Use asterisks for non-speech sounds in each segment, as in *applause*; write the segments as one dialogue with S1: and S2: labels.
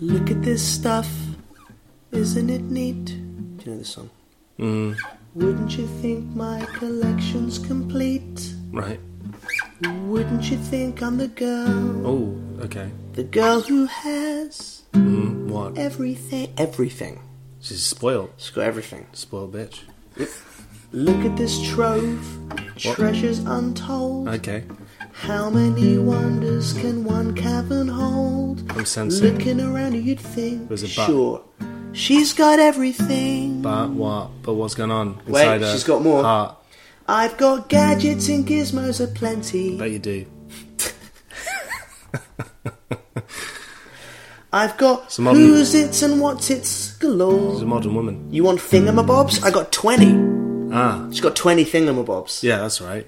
S1: Look at this stuff. Isn't it neat? Do you know this song?
S2: Mm,
S1: Wouldn't you think my collection's complete?
S2: right.
S1: Wouldn't you think I'm the girl?
S2: Oh, okay.
S1: The girl who has
S2: Mm, what?
S1: everything. Everything.
S2: She's spoiled.
S1: She's got everything.
S2: Spoiled bitch.
S1: Look at this trove. Treasures untold.
S2: Okay.
S1: How many wonders can one cavern hold?
S2: I'm sensing.
S1: Looking around, you'd think.
S2: There's a but.
S1: sure. She's got everything.
S2: But what? But what's going on
S1: Wait,
S2: inside her
S1: she's got more.
S2: Heart.
S1: I've got gadgets and gizmos aplenty.
S2: Bet you do.
S1: I've got
S2: Some modern-
S1: who's its and what's its galore.
S2: She's a modern woman.
S1: You want thingamabobs? I got 20.
S2: Ah,
S1: She's got 20 thingamabobs.
S2: yeah, that's right.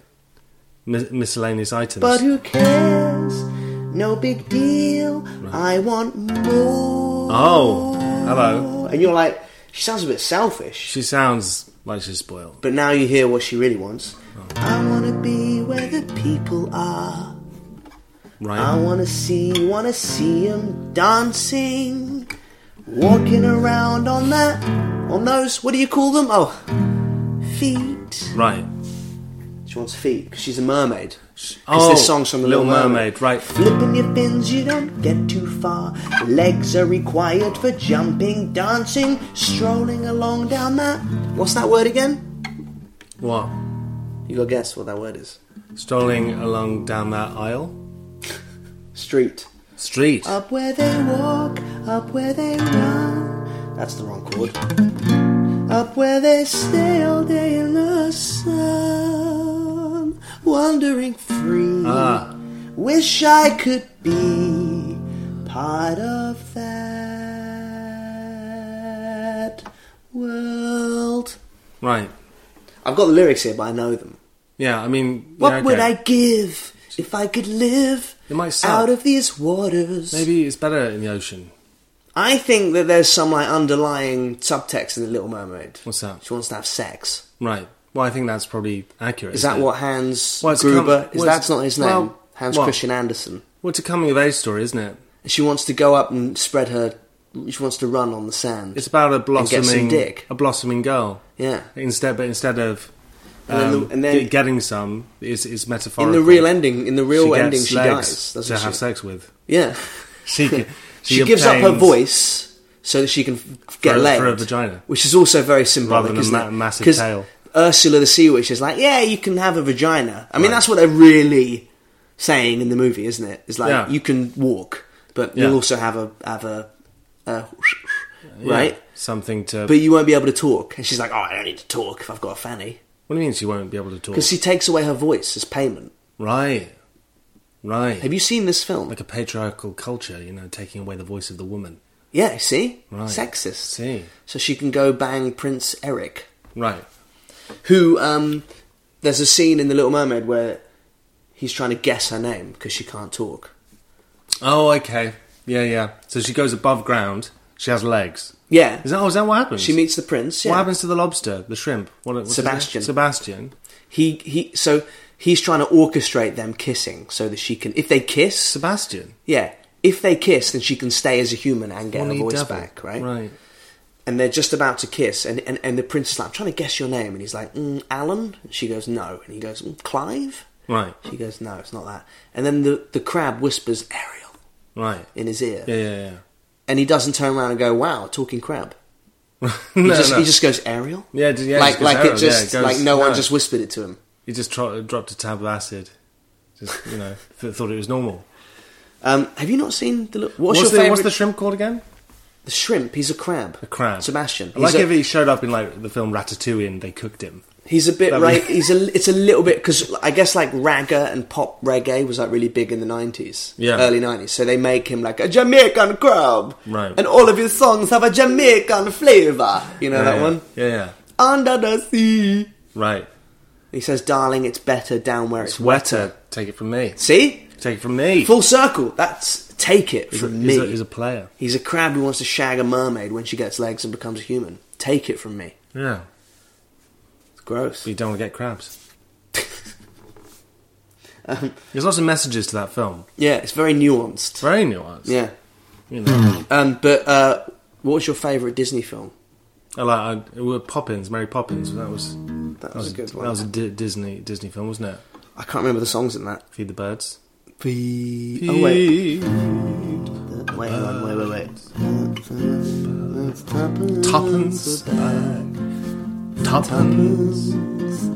S2: Mis- miscellaneous items.
S1: But who cares? No big deal. I want more.
S2: Oh, hello.
S1: And you're like, she sounds a bit selfish.
S2: She sounds like she's spoiled.
S1: But now you hear what she really wants.
S2: Oh.
S1: I want to be where the people are.
S2: Right.
S1: I want to see, want to see 'em dancing, walking around on that, on those, what do you call them? Oh, feet.
S2: Right.
S1: She wants feet 'cause she's a mermaid.
S2: Oh,
S1: this song's from the
S2: Little
S1: Little
S2: Mermaid. Right.
S1: Flipping your fins, you don't get too far. Legs are required for jumping, dancing, strolling along down that. What's that word again?
S2: What?
S1: You gotta guess what that word is.
S2: Strolling along down that aisle.
S1: Street.
S2: Street.
S1: Up where they walk, up where they run. That's the wrong chord. Up where they stay all day in the sun, wandering free.
S2: ah.
S1: Wish I could be part of that world.
S2: Right.
S1: I've got the lyrics here, but I know them.
S2: Yeah. I mean.
S1: What
S2: yeah, okay.
S1: would I give if I could live
S2: It might suck.
S1: out of these waters?
S2: Maybe it's better in the ocean.
S1: I think that there's some like underlying subtext in the Little Mermaid.
S2: What's that?
S1: She wants to have sex.
S2: Right. Well, I think that's probably accurate.
S1: Is
S2: isn't
S1: that
S2: it?
S1: what Hans
S2: Well, it's
S1: Gruber?
S2: come-
S1: is
S2: well,
S1: that's
S2: it's-
S1: not his name?
S2: well,
S1: Hans
S2: what?
S1: Christian Andersen.
S2: Well, it's a coming of age story, isn't it?
S1: She wants to go up and spread her. She wants to run on the sand.
S2: It's about a
S1: get some
S2: blossoming,
S1: dick.
S2: a blossoming girl.
S1: yeah.
S2: Instead, but instead of
S1: And then the-
S2: um,
S1: and then-
S2: ge- getting some is is
S1: In
S2: metaphorical.
S1: the real ending, in the
S2: she
S1: real
S2: gets
S1: ending, she
S2: legs
S1: dies. Doesn't
S2: to
S1: she?
S2: have sex with.
S1: Yeah.
S2: She g-
S1: *laughs* She,
S2: she,
S1: gives up her
S2: obtains-
S1: voice so that she can f- get
S2: For a-
S1: laid
S2: for a vagina.
S1: which is also very symbolic.
S2: Rather than
S1: isn't
S2: ma-
S1: it?
S2: massive
S1: 'Cause
S2: tail.
S1: Ursula the sea witch is like, yeah, you can have a vagina. I mean,
S2: Right.
S1: that's what they're really saying in the movie, isn't it? It's like
S2: Yeah.
S1: you can walk, but
S2: Yeah.
S1: you'll also have a have a, a
S2: Yeah,
S1: right.
S2: Something to.
S1: But you won't be able to talk. And she's like, oh, I don't need to talk if I've got a fanny.
S2: what do you mean she won't be able to talk?
S1: Because she takes away her voice as payment.
S2: right, right.
S1: Have you seen this film?
S2: like a patriarchal culture, you know, taking away the voice of the woman.
S1: yeah, see?
S2: Right.
S1: Sexist.
S2: See,
S1: So she can go bang Prince Eric.
S2: right.
S1: who um, there's a scene in The Little Mermaid where he's trying to guess her name because she can't talk.
S2: Oh, okay. Yeah, yeah. So she goes above ground. She has legs.
S1: Yeah,
S2: Is that? Oh, is that what happens?
S1: she meets the prince. Yeah.
S2: What happens to the lobster, the shrimp? What, what's his name?
S1: Sebastian.
S2: Sebastian.
S1: He he. So he's trying to orchestrate them kissing so that she can, if they kiss,
S2: Sebastian.
S1: yeah, if they kiss, then she can stay as a human and get her
S2: Bonnie
S1: voice
S2: Devil.
S1: back, right?
S2: Right.
S1: And they're just about to kiss, and, and, and the prince is like, "I'm trying to guess your name," and he's like, mm, "Alan." And she goes, "No," and he goes, mm, "Clive."
S2: Right.
S1: She goes, "No, it's not that." And then the the crab whispers Ariel
S2: Right.
S1: in his ear.
S2: Yeah, yeah,
S1: and he doesn't turn around and go, "Wow, talking crab."
S2: yeah. *laughs*
S1: He,
S2: no,
S1: just,
S2: no.
S1: he just goes Ariel.
S2: Yeah, d- yeah,
S1: like
S2: just goes
S1: like
S2: Ariel,
S1: it just
S2: yeah, it
S1: like
S2: goes-
S1: no one
S2: no.
S1: just whispered it to him.
S2: he just tro- dropped a tab of acid. Just you know, *laughs* th- thought it was normal.
S1: Um, have you not seen the? Look, what's,
S2: What's,
S1: your
S2: the,
S1: favorite?
S2: what's the
S1: the,
S2: shrimp called again?
S1: shrimp? He's a crab.
S2: A crab.
S1: Sebastian.
S2: I like
S1: He's a-
S2: if he showed up in like the film Ratatouille and they cooked him.
S1: He's a bit
S2: That
S1: right.
S2: we-
S1: He's a. It's a little bit because I guess like ragga and pop reggae was like really big in the nineties,
S2: Yeah.
S1: early nineties. So they make him like a Jamaican crab,
S2: Right.
S1: And all of his songs have a Jamaican flavor. You know
S2: Yeah,
S1: that
S2: yeah.
S1: one?
S2: Yeah, yeah.
S1: Under the sea.
S2: Right.
S1: He says, "Darling, it's better down where it's,
S2: It's wetter. Take it from me.
S1: See,
S2: Take it from me.
S1: full circle. That's take it
S2: He's a-
S1: from me.
S2: he's a- he's a player.
S1: He's a crab who wants to shag a mermaid when she gets legs and becomes a human. Take it from me.
S2: Yeah.
S1: It's gross.
S2: You don't want to get
S1: *laughs*
S2: crabs.
S1: Um,
S2: There's lots of messages to that film.
S1: Yeah, it's very nuanced.
S2: Very nuanced.
S1: Yeah.
S2: You know,
S1: Um, but uh, what was your favourite Disney film?
S2: I like I, it were Poppins, Mary Poppins. That was
S1: That was a good one.
S2: That was a D- Disney Disney film, wasn't it?
S1: I can't remember the songs in that.
S2: Feed the birds.
S1: Oh wait, wait, wait, wait, wait, wait.
S2: Tuppence. Tuppence.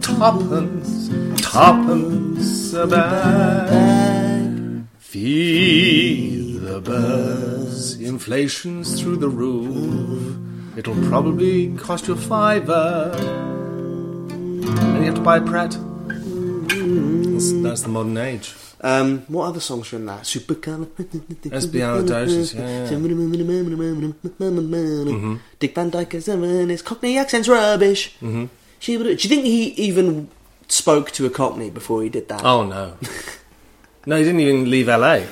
S2: Tuppence. Tuppence a bag. Feed the birds. Inflation's through the roof. It'll probably cost you a fiver. And you have to buy a pret. That's, that's the modern age.
S1: Um, what other songs were in that? Supercolor.
S2: Espialidocious, yeah,
S1: Mm-hmm.
S2: Mm-hmm.
S1: Dick Van Dyke is in his Cockney accent's rubbish. Mm-hmm. She would. Do you think he even spoke to a Cockney before he did that?
S2: Oh no. *laughs* no, he didn't even leave LA.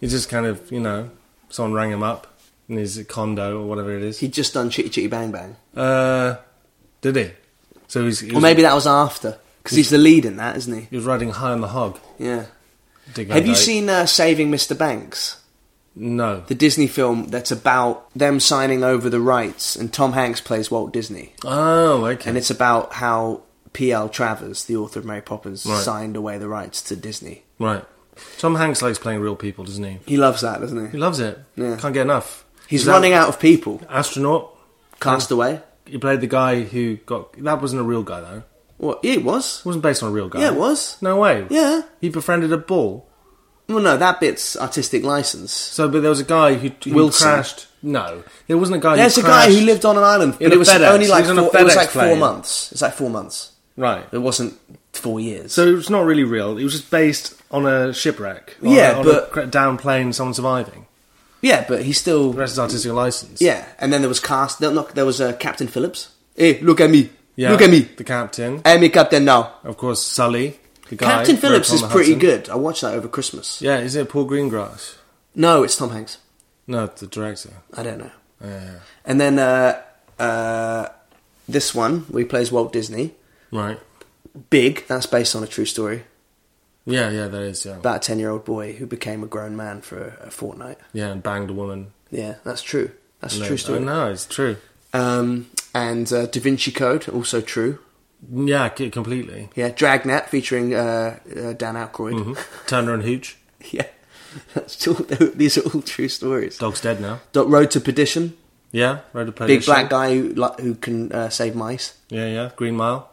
S2: He just kind of, you know, someone rang him up in his condo or whatever it is.
S1: He'd just done Chitty Chitty Bang Bang.
S2: Uh, did he? So he's, he, was,
S1: Or maybe that was after. Because he's the lead in that, isn't he?
S2: he was riding high on the hog.
S1: Yeah.
S2: Dick Van
S1: Have you
S2: Dyke.
S1: seen uh, Saving Mr. Banks?
S2: No.
S1: The Disney film that's about them signing over the rights, and Tom Hanks plays Walt Disney.
S2: Oh, okay.
S1: And it's about how P.L. Travers, the author of Mary Poppins,
S2: Right.
S1: signed away the rights to Disney.
S2: right. Tom Hanks likes playing real people, doesn't he?
S1: He loves that, doesn't
S2: He
S1: he?
S2: loves it.
S1: Yeah.
S2: Can't get enough.
S1: He's
S2: that
S1: running out of people.
S2: Astronaut.
S1: Castaway.
S2: He played the guy who got. That wasn't a real guy though.
S1: What? Yeah, it was.
S2: It wasn't based on a real guy.
S1: Yeah, it was.
S2: No way.
S1: Yeah.
S2: He befriended a bull.
S1: Well, no, that bit's artistic license.
S2: So, but there was a guy who, who
S1: Wilson.
S2: crashed. No, there wasn't a guy.
S1: There's
S2: who
S1: a guy who
S2: crashed-
S1: lived on an island,
S2: In
S1: but
S2: a
S1: it was
S2: FedEx.
S1: only
S2: He
S1: like
S2: was on a
S1: four, it was
S2: FedEx
S1: like four
S2: plane.
S1: months. It's like four months.
S2: Right.
S1: It wasn't four years.
S2: So it's not really real. It was just based on a shipwreck. on
S1: Yeah,
S2: a, on
S1: but-
S2: a cra- down plane, someone surviving.
S1: yeah, but he still
S2: The rest is artistic license.
S1: Yeah, and then there was cast. No, no, there was uh, Captain Phillips. Hey, look at me!
S2: Yeah,
S1: Look at me!
S2: The captain,
S1: I'm a captain now.
S2: of course, Sully. The guy,
S1: captain Phillips
S2: Rotherham
S1: is pretty
S2: Hudson.
S1: good. I watched that over Christmas.
S2: Yeah, is it Paul Greengrass?
S1: No, it's Tom Hanks.
S2: No, the director.
S1: I don't know.
S2: Yeah.
S1: And then uh, uh, this one, where he plays Walt Disney.
S2: Right.
S1: Big. That's based on a true story
S2: Yeah, yeah, that is. Yeah,
S1: about a ten-year-old boy who became a grown man for a, a fortnight.
S2: yeah, and banged a woman.
S1: Yeah, that's true. That's a
S2: No,
S1: true story.
S2: oh, no, it's true.
S1: Um, and uh, Da Vinci Code, also true.
S2: Yeah, c- completely.
S1: Yeah, Dragnet featuring uh, uh, Dan Aykroyd.
S2: Mm-hmm. Turner and Hooch.
S1: *laughs* Yeah, that's all, *laughs* these are all true stories.
S2: Dog's dead now.
S1: Dot Road to Perdition,
S2: Yeah, Road to
S1: big
S2: Perdition.
S1: black guy who, li- who can uh, save mice.
S2: Yeah, yeah. Green Mile.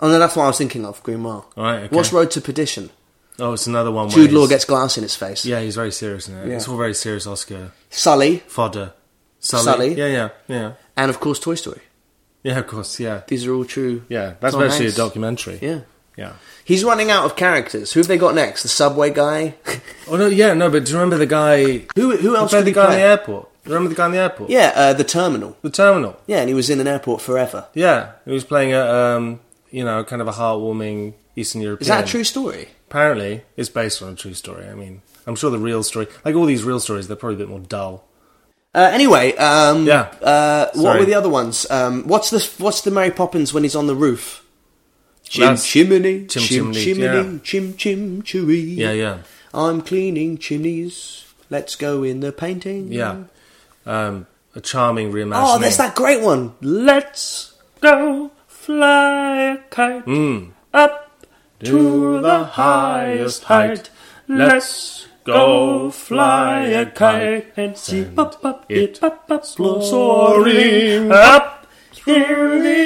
S1: Oh no, that's what I was thinking of. Green Mile.
S2: All right, okay.
S1: What's Road to Perdition?
S2: Oh, it's another one. where
S1: Jude Law
S2: he's-
S1: gets glass in his face.
S2: Yeah, he's very serious in it.
S1: Yeah.
S2: It's all very serious Oscar
S1: Sully,
S2: fodder. Sully.
S1: Sully.
S2: Yeah, yeah, yeah,
S1: and of course Toy Story.
S2: yeah. Of course, yeah,
S1: These are all true.
S2: yeah. That's
S1: Tom
S2: actually
S1: Hanks.
S2: a documentary.
S1: Yeah.
S2: yeah.
S1: He's running out of characters. Who have they got next? The subway guy. *laughs*
S2: Oh no, yeah, no. But do you remember the guy?
S1: who who else?
S2: played
S1: did
S2: the
S1: he
S2: guy in
S1: play?
S2: the airport? Do you remember the guy in the airport?
S1: Yeah, uh, the terminal.
S2: The terminal.
S1: Yeah, and he was in an airport forever.
S2: Yeah, he was playing a um, you know, kind of a heartwarming Eastern European.
S1: Is that a true story?
S2: Apparently, it's based on a true story. I mean, I'm sure the real story, like all these real stories, they're probably a bit more dull.
S1: Uh, anyway, um,
S2: Yeah.
S1: Uh, what
S2: Sorry.
S1: were the other ones? Um, what's the What's the Mary Poppins when he's on the roof? Chim
S2: That's-
S1: chimney, chim
S2: Chim chimney,
S1: chimney,
S2: yeah.
S1: chim chim cheery.
S2: Yeah, yeah.
S1: I'm cleaning chimneys. Let's go in the painting.
S2: Yeah. Um, a charming reimagining.
S1: Mm. Oh, there's that great one. Let's
S3: go fly a kite
S2: Mm.
S3: up Mm. to the highest height. Let's go fly a kite and see pop up it pop up soaring up through the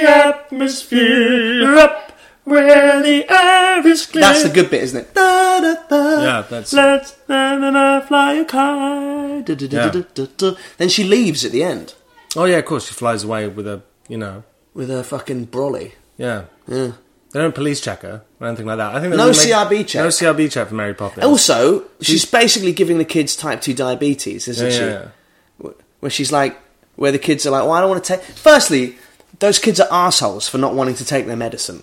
S3: atmosphere up where the air is clear.
S1: That's the good bit, isn't it? Da, da, da.
S2: Yeah, that's
S3: Let's na, na, na, fly a kite.
S1: Da, da, da, da, da, da, da. Then she leaves at the end
S2: Oh yeah, of course she flies away with a you know
S1: with her fucking brolly.
S2: Yeah. They don't police check her or anything like that. I think they
S1: No
S2: would make-
S1: CRB check. Oh,
S2: No CRB check for Mary Poppins.
S1: Also, she's basically giving the kids type 2 diabetes,
S2: yeah,
S1: isn't
S2: yeah,
S1: she?
S2: yeah.
S1: Where she's like, where the kids are like, well, I don't want to take. Firstly, those kids are assholes for not wanting to take their medicine.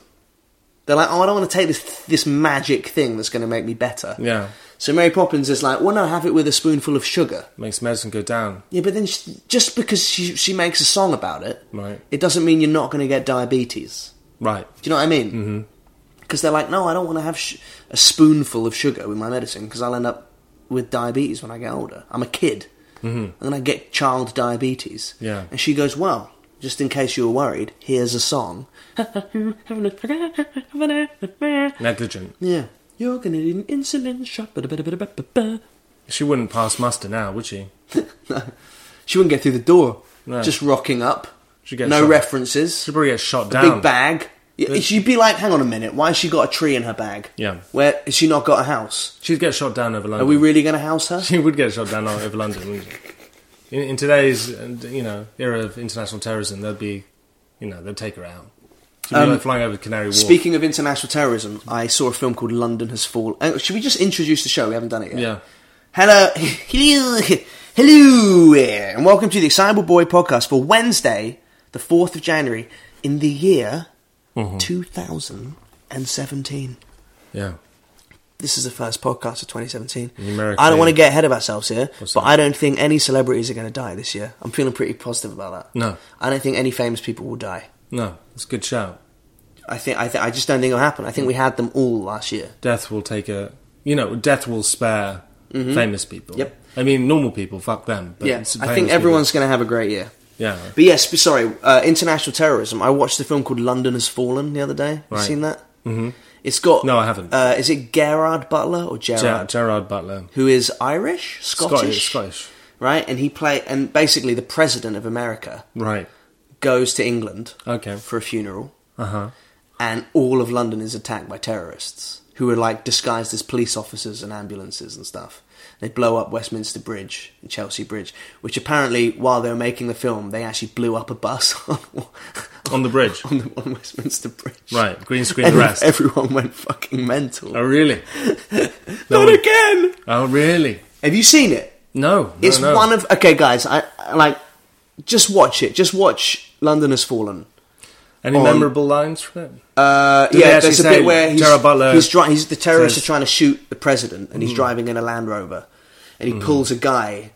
S1: They're like, oh, I don't want to take this this magic thing that's going to make me better.
S2: Yeah.
S1: So Mary Poppins is like, well, no, have it with a spoonful of sugar.
S2: makes medicine go down.
S1: Yeah, but then she, just because she she makes a song about it,
S2: Right.
S1: it doesn't mean you're not going to get diabetes.
S2: Right.
S1: Do you know what I mean? Mm-hmm. Because they're like, no, I don't want to have sh- a spoonful of sugar with my medicine because I'll end up with diabetes when I get older. I'm a kid. Mm-hmm. I'm going to get child diabetes.
S2: Yeah.
S1: And she goes, well, just in case you were worried, here's a
S2: *laughs*
S1: song.
S2: Negligent.
S1: Yeah. You're going to need an insulin shot. *laughs* Ba-da-ba-da-ba-ba-ba.
S2: She wouldn't pass muster now, would she?
S1: She wouldn't get through the door.
S2: No.
S1: Just rocking up.
S2: She'd get
S1: no
S2: shot.
S1: references.
S2: She'd probably get shot down.
S1: Big bag. Y- She'd be like, hang on a minute, why has she got a tree in her bag?
S2: Yeah.
S1: Where has she not got a house?
S2: She'd get shot down over
S1: Are
S2: London.
S1: we really going to house her?
S2: she would get shot down over London. Wouldn't she? In, in today's, uh, you know, era of international terrorism, they'd be, you know, they'd take her out. She'd
S1: Um,
S2: be like flying over Canary Wharf.
S1: Speaking of international terrorism, I saw a film called London Has Fallen. Uh, should we just introduce the show? We haven't done it yet.
S2: yeah.
S1: Hello. Hello. Hello. And welcome to the Excitable Boy podcast for Wednesday, the 4th of January, in the year
S2: Mm-hmm.
S1: 2017.
S2: Yeah.
S1: this is the first podcast of 2017.
S2: Numerically-
S1: I don't want to get ahead of ourselves here, but
S2: that?
S1: I don't think any celebrities are going to die this year. I'm feeling pretty positive about that.
S2: No.
S1: I don't think any famous people will die.
S2: No. It's a good shout.
S1: I think I, th- I just don't think it'll happen. I think we had them all last year.
S2: Death will take a, you know, death will spare famous people.
S1: Mm-hmm. Yep.
S2: I mean, normal people, fuck them. But
S1: yeah,
S2: it's
S1: I
S2: famous
S1: think everyone's going to have a great year.
S2: People. Yeah.
S1: But yes, but sorry, uh, international terrorism. I watched a film called London Has Fallen the other day. Have you
S2: Right.
S1: seen that? Mm-hmm. It's got
S2: No, I haven't.
S1: Uh, is it Gerard Butler or Gerard?
S2: Ger- Gerard Butler.
S1: Who is Irish,
S2: Scottish. Scottish.
S1: right? And he play and basically the president of America
S2: Right.
S1: goes to England
S2: Okay.
S1: for a funeral,
S2: Uh huh.
S1: and all of London is attacked by terrorists who are like disguised as police officers and ambulances and stuff. They blow up Westminster Bridge and Chelsea Bridge, which apparently, while they were making the film, they actually blew up a bus *laughs* on,
S2: On the bridge.
S1: *laughs* on, the, on Westminster Bridge.
S2: Right. Green screen
S1: And
S2: the rest.
S1: everyone went fucking mental. *laughs*
S2: Oh, really? No
S1: Not
S2: one-
S1: again!
S2: Oh, really?
S1: Have you seen it?
S2: No. no,
S1: It's
S2: no.
S1: one of okay, guys. I, I like just watch it. Just watch London Has Fallen.
S2: Any
S1: on-
S2: memorable lines from it?
S1: Uh,
S2: they
S1: yeah,
S2: actually
S1: there's a
S2: say
S1: bit where he's,
S2: Gerard Butler
S1: he's, dri- he's the terrorists
S2: says-
S1: are
S2: Mm.
S1: trying to shoot the president, and he's driving in a Land Rover, and he pulls a guy,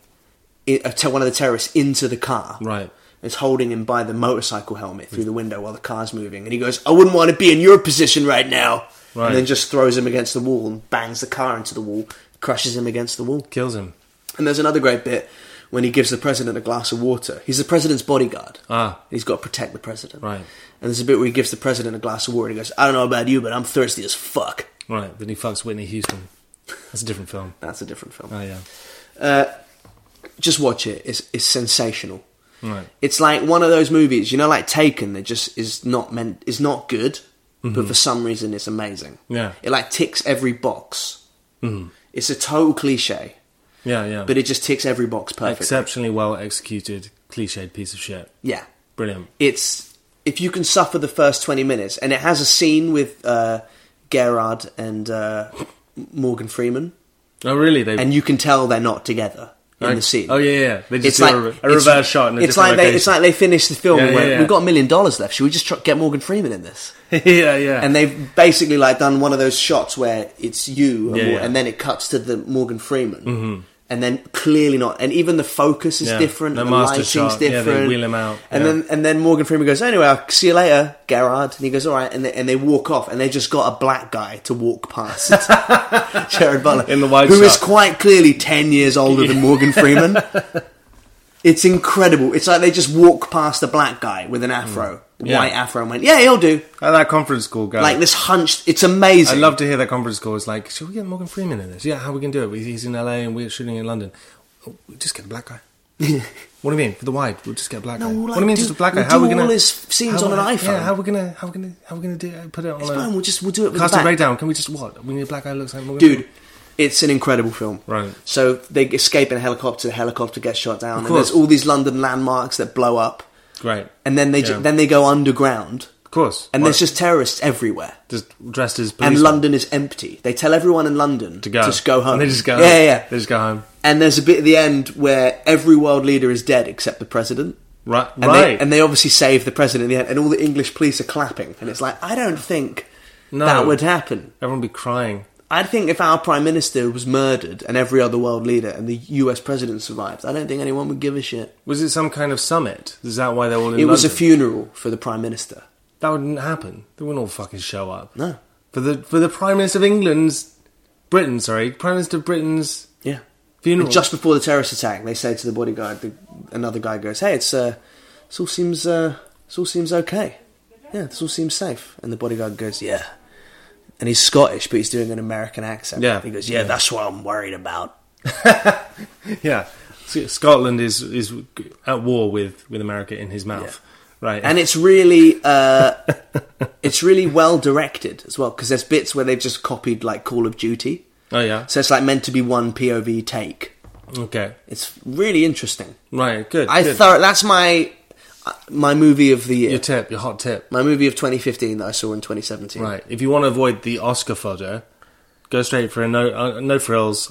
S1: i- a te- one of the terrorists, into the car.
S2: Right. Mm.
S1: And Is holding him by the motorcycle helmet through the window while the car's moving, and he goes, "I wouldn't want to be in your position right now."
S2: Right.
S1: And then just throws him against the wall and bangs the car into the wall, crushes him against the wall.
S2: Kills him.
S1: And there's another great bit when he gives the president a glass of water. He's the president's bodyguard.
S2: Ah.
S1: He's got to protect the president.
S2: Right.
S1: And there's a bit where he gives the president a glass of water and he goes, I don't know about you, but I'm thirsty as fuck.
S2: Right. Then he fucks Whitney Houston. That's a different film.
S1: That's a different film. Uh,
S2: Oh, yeah.
S1: Just watch it. It's, it's sensational.
S2: Right.
S1: It's like one of those movies, you know, like Taken, that just is not meant, is not good, but for some reason it's amazing.
S2: Mm-hmm. Yeah. Mm-hmm.
S1: It like ticks every box. Mm. It's a total cliche,
S2: Yeah, yeah.
S1: but it just ticks every box perfectly.
S2: Exceptionally well executed, cliched piece of shit.
S1: yeah.
S2: Brilliant.
S1: it's if you can suffer the first 20 minutes and it has a scene with uh, gerard and uh, morgan freeman
S2: Oh, really? They
S1: and you can tell they're not together in
S2: Right.
S1: the scene
S2: Oh, yeah, yeah. They just
S1: it's
S2: do
S1: like
S2: a re- a reverse
S1: it's-
S2: shot in a
S1: it's
S2: different
S1: like they it's like
S2: location.
S1: they finished the film
S2: Yeah,
S1: and
S2: yeah,
S1: went,
S2: yeah.
S1: we've got a million dollars left should we just try- get morgan freeman in this
S2: *laughs* yeah, yeah.
S1: and they've basically like done one of those shots where it's you and,
S2: Yeah,
S1: Mor-
S2: yeah.
S1: and then it cuts to the morgan freeman and then clearly not and even the focus is
S2: Yeah,
S1: different
S2: the
S1: and the
S2: master
S1: lighting's
S2: shot, yeah, they
S1: different
S2: wheel him out,
S1: and
S2: yeah.
S1: then and then morgan freeman goes anyway i'll see you later gerard and he goes all right and they, and they walk off and they just got a black guy to walk
S2: *laughs*
S1: past jared butler
S2: In the white
S1: who is
S2: shot.
S1: quite clearly 10 years older than morgan
S2: *laughs*
S1: freeman it's incredible it's like they just walk past a black guy with an afro
S2: Mm. Yeah.
S1: white afro and went yeah he'll do
S2: Oh, that conference call guy.
S1: like this hunched. It's amazing.
S2: I'd love to hear that conference call. It's like, should we get Morgan Freeman in this? Yeah, how we can do it? He's in LA and we're shooting in London. Oh, we just get
S1: *laughs*
S2: a black guy. what do you mean for the wide? We'll just get a black
S1: No,
S2: guy.
S1: we'll,
S2: what
S1: like,
S2: do you mean
S1: do-
S2: just a black guy?
S1: we'll do
S2: how are we gonna
S1: all his scenes
S2: how-
S1: on an iPhone.
S2: Yeah, how are we gonna how are we gonna how are we gonna do put it on?
S1: It's
S2: a,
S1: fine. We'll just we'll do it with
S2: cast
S1: the
S2: a
S1: back.
S2: breakdown. Can we just what? We need a black guy who looks like Morgan.
S1: dude.
S2: Freeman.
S1: It's an incredible film.
S2: Right.
S1: So they escape in a helicopter. The helicopter gets shot down. and
S2: course.
S1: there's all these London landmarks that blow up,
S2: great.
S1: and then they
S2: Yeah.
S1: ju- then they go underground
S2: course.
S1: And
S2: Why-
S1: there's just terrorists everywhere.
S2: just dressed as police.
S1: And London is empty. They tell everyone in London
S2: to go.
S1: just go home.
S2: And they just go.
S1: Yeah,
S2: home.
S1: yeah, yeah.
S2: They just go home.
S1: And there's a bit at the end where every world leader is dead except the president.
S2: Right,
S1: And
S2: right.
S1: They, and they obviously save the president in the end, and all the English police are clapping. And it's like, I don't think
S2: No.
S1: that would happen.
S2: Everyone would be crying.
S1: I think if our prime minister was murdered and every other world leader and the US president survived, I don't think anyone would give a shit.
S2: Was it some kind of summit? Is that why they're all in
S1: it was a
S2: London?
S1: funeral for the prime minister.
S2: That wouldn't happen. They wouldn't all fucking show up.
S1: No.
S2: For the for the Prime Minister of England's Britain, sorry, Prime Minister of Britain's
S1: Yeah.
S2: funeral.
S1: Just before the terrorist attack, they say to the bodyguard, the, another guy goes, "Hey, it's uh, this all seems uh, this all seems okay. Yeah, this all seems safe." And the bodyguard goes, "Yeah." And he's Scottish, but he's doing an American accent.
S2: Yeah.
S1: He goes, "Yeah, that's what I'm worried about."
S2: yeah. S- Scotland is is at war with with America in his mouth. Right.
S1: And it's really uh, *laughs* it's really well directed as well because there's bits where they've just copied like Call of Duty,
S2: Oh yeah.
S1: so it's like meant to be one POV take.
S2: Okay.
S1: It's really interesting.
S2: Right, good.
S1: I
S2: good.
S1: thought that's my uh, my movie of the year.
S2: your tip, your hot tip.
S1: My movie of 2015 that I saw in 2017.
S2: Right. If you want to avoid the Oscar fodder, go straight for a no uh, no frills,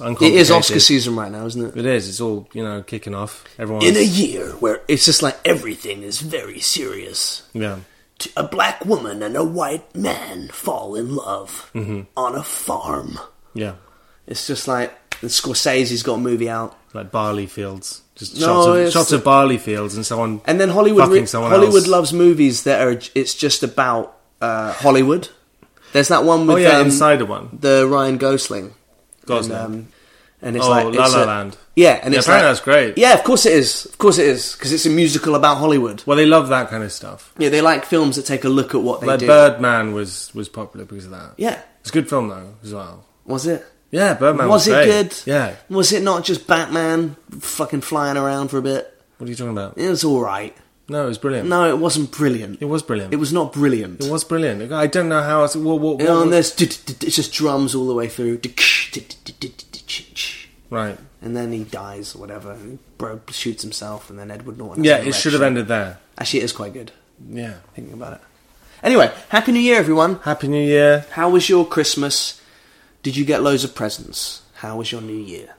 S1: It
S2: uncomplicated.
S1: is Oscar season right now, isn't it?
S2: It is. It's all, you know, kicking off. Everyone
S1: In a year where it's just like everything is very serious.
S2: Yeah.
S1: T- A black woman and a white man fall in love
S2: Mm-hmm.
S1: on a farm.
S2: Yeah.
S1: It's just like and Scorsese's got a movie out,
S2: Like barley fields.
S1: No,
S2: Just shots, of,
S1: it's-
S2: shots of barley fields and someone
S1: and then Hollywood.
S2: Fucking
S1: re-
S2: someone
S1: Hollywood
S2: else.
S1: loves movies that are. It's just about uh, Hollywood. There's that one with
S2: Oh yeah,
S1: um,
S2: Insider one.
S1: the Ryan Gosling.
S2: Gosling.
S1: And, um, and it's
S2: Oh,
S1: like
S2: La
S1: it's
S2: La
S1: a-
S2: Land.
S1: Yeah, and
S2: Yeah,
S1: it's
S2: apparently
S1: like,
S2: that's great.
S1: Yeah, of course it is. Of course it is because it's a musical about Hollywood.
S2: well, they love that kind of stuff.
S1: Yeah, they like films that take a look at what they
S2: Like
S1: do.
S2: Birdman was was popular because of that.
S1: Yeah,
S2: it's a good film though as well.
S1: was it?
S2: Yeah, Birdman was,
S1: was it
S2: great.
S1: good?
S2: Yeah.
S1: Was it not just Batman fucking flying around for a bit?
S2: What are you talking about?
S1: It was all right.
S2: No, it was brilliant.
S1: No, it wasn't brilliant.
S2: it was brilliant.
S1: It was not brilliant.
S2: It was brilliant. I don't know how else. What, what,
S1: And
S2: what-
S1: on this, it's just drums all the way through.
S2: Right.
S1: And then he dies or whatever. and Bro shoots himself, and then Edward Norton. has
S2: Yeah,
S1: an
S2: it should have
S1: erection.
S2: ended there.
S1: Actually, it is quite good.
S2: Yeah.
S1: Thinking about it. Anyway, happy New Year, everyone.
S2: Happy New Year.
S1: How was your Christmas? Did you get loads of presents? How was your New Year?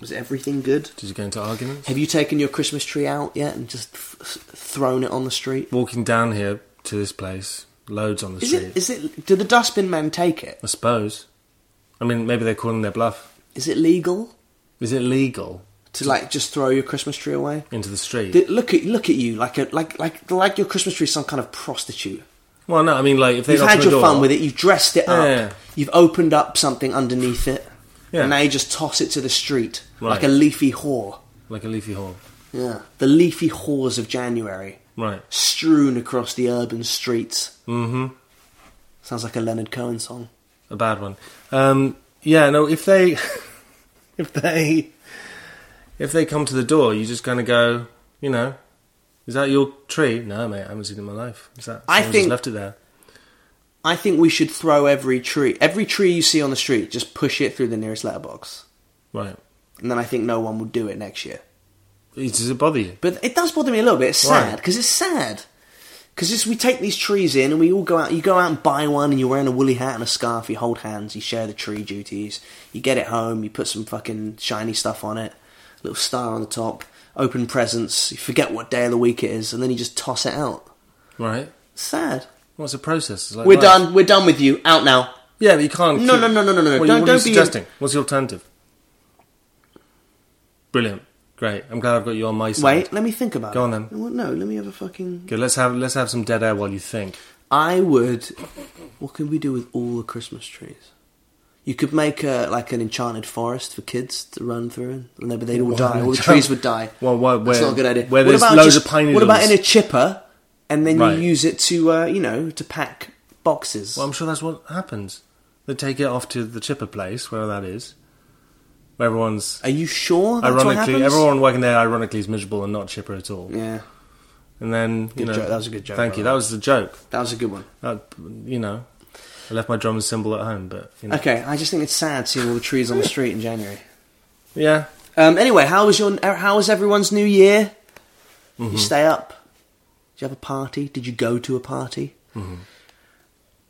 S1: Was everything good?
S2: Did you go into arguments?
S1: Have you taken your Christmas tree out yet and just f- f- thrown it on the street?
S2: Walking down here to this place, loads on the
S1: Is
S2: street.
S1: it? Is it? Do the dustbin men take it?
S2: I suppose. I mean, maybe they're calling their bluff.
S1: Is it legal
S2: Is it legal
S1: to like just throw your Christmas tree away?
S2: into the street?
S1: Th- Look at look at you like a like like like your Christmas tree is some kind of prostitute.
S2: well, no. I mean, like if they
S1: You've
S2: knock on
S1: had
S2: the
S1: your
S2: door,
S1: fun with it. You've dressed it up.
S2: Yeah, yeah.
S1: You've opened up something underneath it,
S2: Yeah.
S1: and now you just toss it to the street like
S2: Right.
S1: a leafy whore.
S2: like a leafy hall.
S1: Yeah, the leafy whores of January.
S2: Right.
S1: strewn across the urban streets.
S2: hmm
S1: Sounds like a Leonard Cohen song.
S2: A bad one. Um, yeah. No. If they, *laughs* if they, if they come to the door, you just kind of go. You know, is that your tree? No, mate. I haven't seen it in my life. Is that?
S1: I
S2: someone just
S1: think-
S2: left it there.
S1: I think we should throw every tree, every tree you see on the street, just push it through the nearest letterbox.
S2: Right.
S1: And then I think no one will do it next year.
S2: Does it bother you?
S1: But it does bother me a little bit. It's
S2: Why?
S1: sad because it's sad. Because we take these trees in and we all go out. You go out and buy one, and you're wearing a woolly hat and a scarf. You hold hands. You share the tree duties. You get it home. You put some fucking shiny stuff on it. Little star on the top. Open presents. You forget what day of the week it is, and then you just toss it out.
S2: Right.
S1: Sad.
S2: What's the process? It's like
S1: We're
S2: life.
S1: done. We're done with you. Out now.
S2: Yeah, but you can't.
S1: No,
S2: keep-
S1: no, no, no, no, no.
S2: What, you-
S1: Don't-
S2: what are you
S1: don't be-
S2: suggesting? What's the alternative? Brilliant, great. I'm glad I've got you on my side.
S1: Wait, let me think about
S2: Go
S1: it.
S2: on then.
S1: Well, no, let me have a fucking.
S2: Good. Let's have let's have some dead air while you think.
S1: I would. What could we do with all the Christmas trees? You could make a, like an enchanted forest for kids to run through, in. and they, but they'd all die. All the trees would die.
S2: Well, why-
S1: that's
S2: where-
S1: not a good idea.
S2: where
S1: what
S2: there's
S1: about
S2: loads
S1: just-
S2: of pine
S1: What about in
S2: needles?
S1: a chipper, and then
S2: Right.
S1: you use it to, uh, you know, to pack boxes?
S2: Well, I'm sure that's what happens. They take it off to the chipper place, wherever that is. Where everyone's
S1: Are you sure? Oh, That's what
S2: ironically,
S1: happens?
S2: everyone working there ironically is miserable and not chipper at all.
S1: Yeah,
S2: And then you
S1: Good
S2: know,
S1: joke. That was a good joke,
S2: Thank
S1: by
S2: you.
S1: the
S2: That
S1: way.
S2: was the joke.
S1: that was a good one.
S2: That, you know, I left my drum and cymbal at home, but you know.
S1: Okay, I just think it's sad seeing all the trees
S2: *laughs*
S1: on the street in January.
S2: yeah,
S1: Um, anyway, how was your? How was everyone's
S2: Mm-hmm.
S1: New Year? You stay up. Did you have a party? Did you go to a party?
S2: Mm-hmm.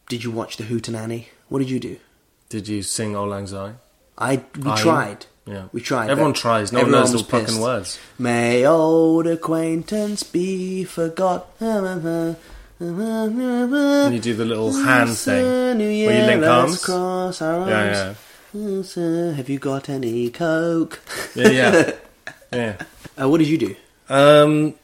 S1: Did you watch the Hootenanny? What did you do?
S2: Did you sing Old Lang Syne?
S1: I we
S2: I-
S1: tried.
S2: yeah.
S1: we tried.
S2: Everyone
S1: but
S2: tries. No one
S1: everyone
S2: knows the
S1: was
S2: fucking
S1: pissed.
S2: words.
S1: May old acquaintance be forgot. And
S2: you do the little hand thing, where you link arms.
S1: Cross our
S2: Yeah,
S1: arms.
S2: yeah.
S1: Oh, sir, have you got any coke?
S2: Yeah, yeah. yeah.
S1: *laughs*
S2: *laughs*
S1: Uh, what did you do?
S2: Um,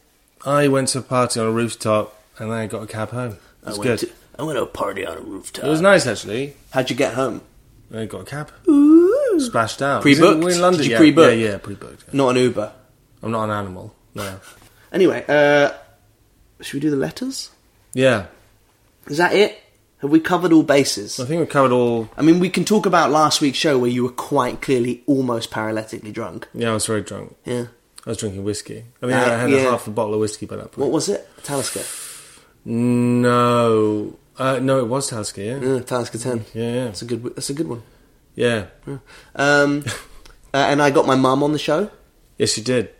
S2: I went to a party on a rooftop and then I got a cab home. It
S1: I
S2: was
S1: went
S2: good.
S1: To, I went to a party on a rooftop.
S2: It was nice actually.
S1: How'd you get home?
S2: I got a cab. Splashed out.
S1: Pre-booked?
S2: We're in London.
S1: Did you
S2: yeah,
S1: pre-book?
S2: Yeah, yeah, pre-booked. yeah.
S1: Not an Uber.
S2: I'm not an animal. No.
S1: Anyway, uh, should we do the letters?
S2: Yeah.
S1: Is that it? Have we covered all bases?
S2: I think we covered all.
S1: I mean, we can talk about last week's show where you were quite clearly almost paralytically drunk.
S2: Yeah, I was very drunk.
S1: Yeah.
S2: I was drinking whiskey. I mean,
S1: Uh,
S2: I had
S1: yeah.
S2: half a bottle of whiskey by that point.
S1: What was it? Talisker.
S2: No. Uh, no, it was Talisker, yeah.
S1: Yeah, Talisker 10.
S2: Yeah, yeah.
S1: That's a good, that's a good one.
S2: Yeah.
S1: *laughs* Um, uh, and I got my mum on the show.
S2: Yes, you did.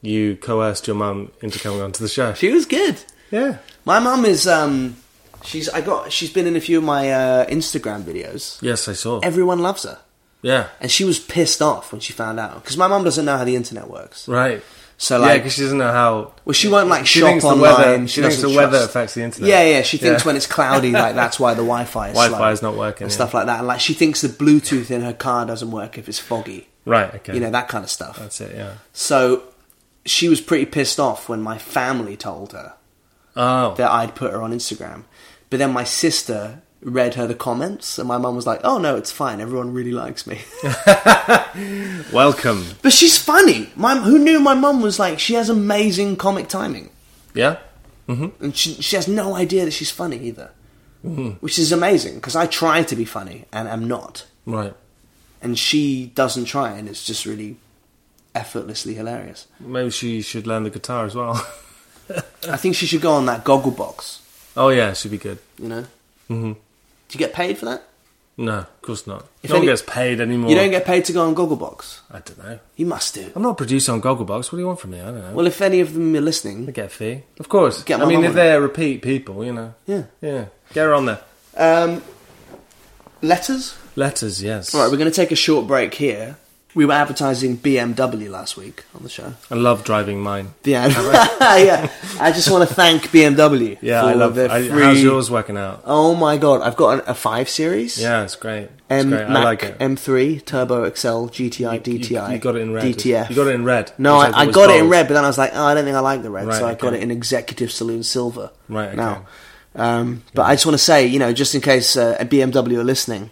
S2: You coerced your mum into coming onto the show.
S1: She was good.
S2: Yeah.
S1: My mum is, um, she's, I got, she's been in a few of my uh, Instagram videos.
S2: Yes, I saw.
S1: Everyone loves her.
S2: Yeah.
S1: And she was pissed off when she found out. Because my mum doesn't know how the internet works.
S2: Right.
S1: So,
S2: yeah,
S1: like,
S2: because she doesn't know how.
S1: Well, she won't like
S2: She
S1: shop
S2: thinks the
S1: online.
S2: weather- she thinks
S1: doesn't
S2: the weather affects the internet.
S1: Yeah, yeah. She thinks
S2: Yeah.
S1: when it's cloudy, like that's why the Wi-Fi is
S2: Wi-Fi
S1: slow
S2: is not working,
S1: and
S2: yeah.
S1: stuff like that. And like she thinks the Bluetooth in her car doesn't work if it's foggy.
S2: Right. Okay.
S1: You know that kind of stuff.
S2: That's it. Yeah.
S1: so she was pretty pissed off when my family told her
S2: Oh.
S1: that I'd put her on Instagram. But then my sister read her the comments, and my mum was like, "Oh no, it's fine. Everyone really likes me." *laughs*
S2: Welcome.
S1: but she's funny. My who knew my mum was like she has amazing comic timing.
S2: Yeah.
S1: and she, she has no idea that she's funny either, which is amazing because I try to be funny and am not,
S2: Right.
S1: and she doesn't try, and it's just really effortlessly hilarious.
S2: Maybe she should learn the guitar as well. *laughs*
S1: I think she should go on that goggle box.
S2: oh yeah, she'd be good.
S1: You know, mm-hmm. do you get paid for that?
S2: No, of course not.
S1: If
S2: no
S1: any-
S2: one gets paid anymore.
S1: You don't get paid to go on goggle box.
S2: I don't know.
S1: You must do.
S2: I'm not a producer on Gogglebox. What do you want from me? I don't know.
S1: Well, if any of them are
S2: I
S1: listening,
S2: get a fee, of course.
S1: Get
S2: I
S1: my
S2: mean,
S1: mum
S2: if
S1: on
S2: they're repeat people, you know.
S1: Yeah.
S2: Yeah. Get her on there.
S1: um, letters.
S2: Letters, yes.
S1: All right, we're going to take a short break here. We were advertising BMW last week on the show.
S2: I love driving mine.
S1: Yeah, *laughs* yeah. I just want to thank BMW.
S2: Yeah,
S1: for
S2: I love.
S1: their
S2: I,
S1: free.
S2: how's yours working out?
S1: Oh my god, I've got an, a five series.
S2: Yeah, it's great. It's
S1: M
S2: great.
S1: Mac
S2: I like it.
S1: M3 Turbo XL GTI
S2: You-
S1: DTI.
S2: You, got it in red.
S1: DTF.
S2: You got it in red.
S1: No,
S2: which
S1: I, I,
S2: thought was
S1: got it in
S2: bold.
S1: red, but then I was like, oh, I don't think I like the red,
S2: Right,
S1: so I got
S2: okay.
S1: it in Executive Saloon Silver.
S2: Right, okay.
S1: now. Um, but I just want to say, you know, just in case uh, BMW are listening,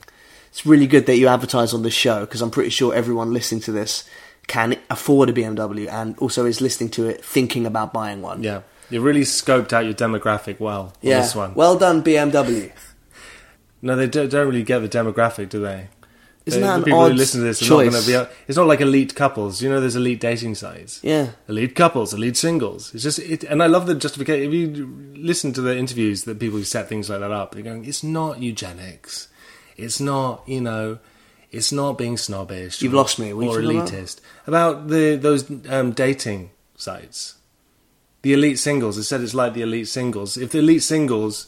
S1: it's really good that you advertise on this show because I'm pretty sure everyone listening to this can afford a BMW and also is listening to it thinking about buying one.
S2: Yeah, you really scoped out your demographic well. on
S1: Yeah.
S2: this one.
S1: Well done, BMW.
S2: no, they don't, don't really get the demographic, do they?
S1: Isn't
S2: the,
S1: that
S2: the
S1: an
S2: people
S1: odd
S2: who listen to this are not
S1: choice?
S2: going to be. able- It's not like elite couples. You know, there's elite dating sites.
S1: Yeah.
S2: Elite couples, elite singles. It's just, it, and I love the justification. If you listen to the interviews that people who set things like that up, they're going, "It's not eugenics, it's not, you know, it's not being snobbish.
S1: You've
S2: or-
S1: lost me. What are
S2: or
S1: you talking about?
S2: elitist about, the those um, dating sites, the elite singles. It said it's like the elite singles. If the elite singles,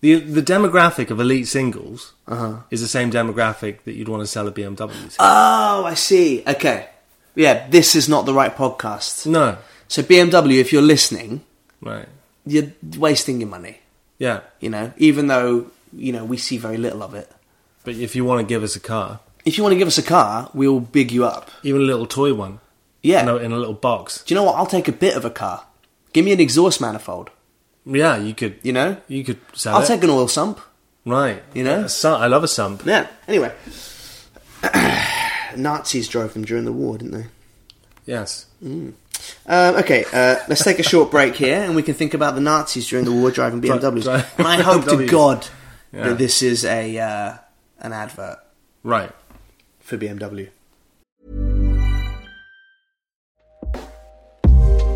S2: the the demographic of elite singles
S1: Uh-huh.
S2: is the same demographic that you'd want to sell a BMW. to.
S1: Oh, I see. Okay. Yeah, this is not the right podcast.
S2: no,
S1: So BMW, if you're listening,
S2: right?
S1: you're wasting your money.
S2: Yeah,
S1: You know, even though you know we see very little of it.
S2: but if you want to give us a car.
S1: If you want to give us a car, we'll big you up.
S2: Even a little toy one.
S1: Yeah.
S2: In a, in a little box.
S1: Do you know what? I'll take a bit of a car. Give me an exhaust manifold.
S2: Yeah, you could.
S1: You know,
S2: You could sell
S1: I'll
S2: it.
S1: take an oil sump.
S2: right.
S1: you know?
S2: A sump- I love a sump.
S1: Yeah. Anyway, *clears throat* Nazis drove them during the war, didn't they?
S2: Yes.
S1: Um, okay, uh, let's take a short break here, and we can think about the Nazis during the war driving
S2: Dri-
S1: BMWs.
S2: dri-
S1: *laughs* and I hope to
S2: BMWs.
S1: God
S2: Yeah.
S1: that this is a uh, an advert
S2: Right.
S1: for BMW.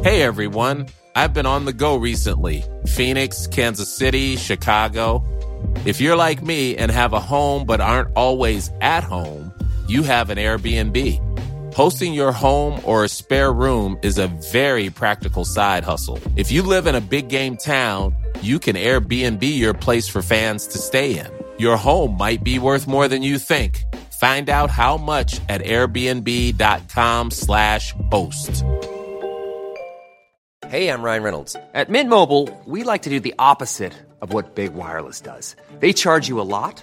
S4: Hey everyone, I've been on the go recently Phoenix, Kansas City, Chicago. If you're like me and have a home but aren't always at home, you have an Airbnb. Hosting your home or a spare room is a very practical side hustle. If you live in a big game town, you can Airbnb your place for fans to stay in. Your home might be worth more than you think. Find out how much at airbnb.com slash host.
S5: Hey, I'm Ryan Reynolds. At Mint Mobile, we like to do the opposite of what Big Wireless does. They charge you a lot,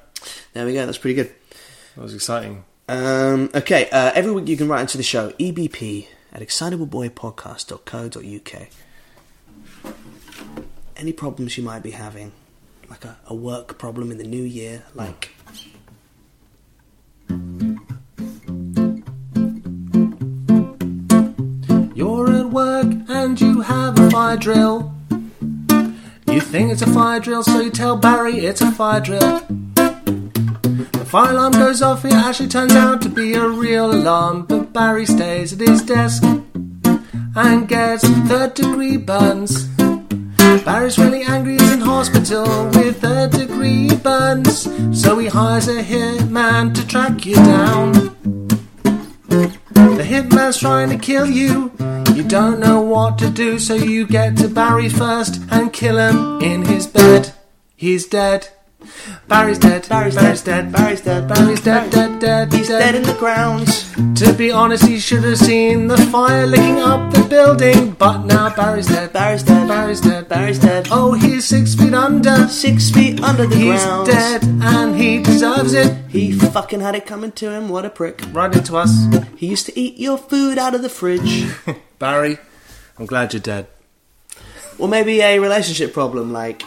S1: There we go. That's pretty good.
S2: That was exciting.
S1: Um, okay, uh, every week you can write into the show, ebp at excitableboypodcast.co.uk. Any problems you might be having, like a, a work problem in the new year, like.
S2: You're at work and you have a fire drill. You think it's a fire drill, so you tell Barry it's a fire drill. The fire alarm goes off, it actually turns out to be a real alarm, but Barry stays at his desk and gets third degree burns. Barry's really angry, he's in hospital with third degree burns, so he hires a hitman to track you down. The hitman's trying to kill you. You don't know what to do, so you get to Barry first and kill him in his bed. He's dead. Barry's dead. Barry's, dead. Barry's dead. Barry's dead. Dead. Dead.
S1: He's dead in the ground.
S2: To be honest, he should have seen the fire licking up the building, but now Barry's dead.
S1: Barry's dead.
S2: Barry's dead.
S1: Barry's dead.
S2: Oh, he's six feet under.
S1: Six feet under the
S2: He's
S1: ground.
S2: dead, and he deserves it.
S1: He fucking had it coming to him. What a prick.
S2: Right into us,
S1: He used to eat your food out of the fridge.
S2: Barry. I'm glad you're dead.
S1: or maybe a relationship problem, like.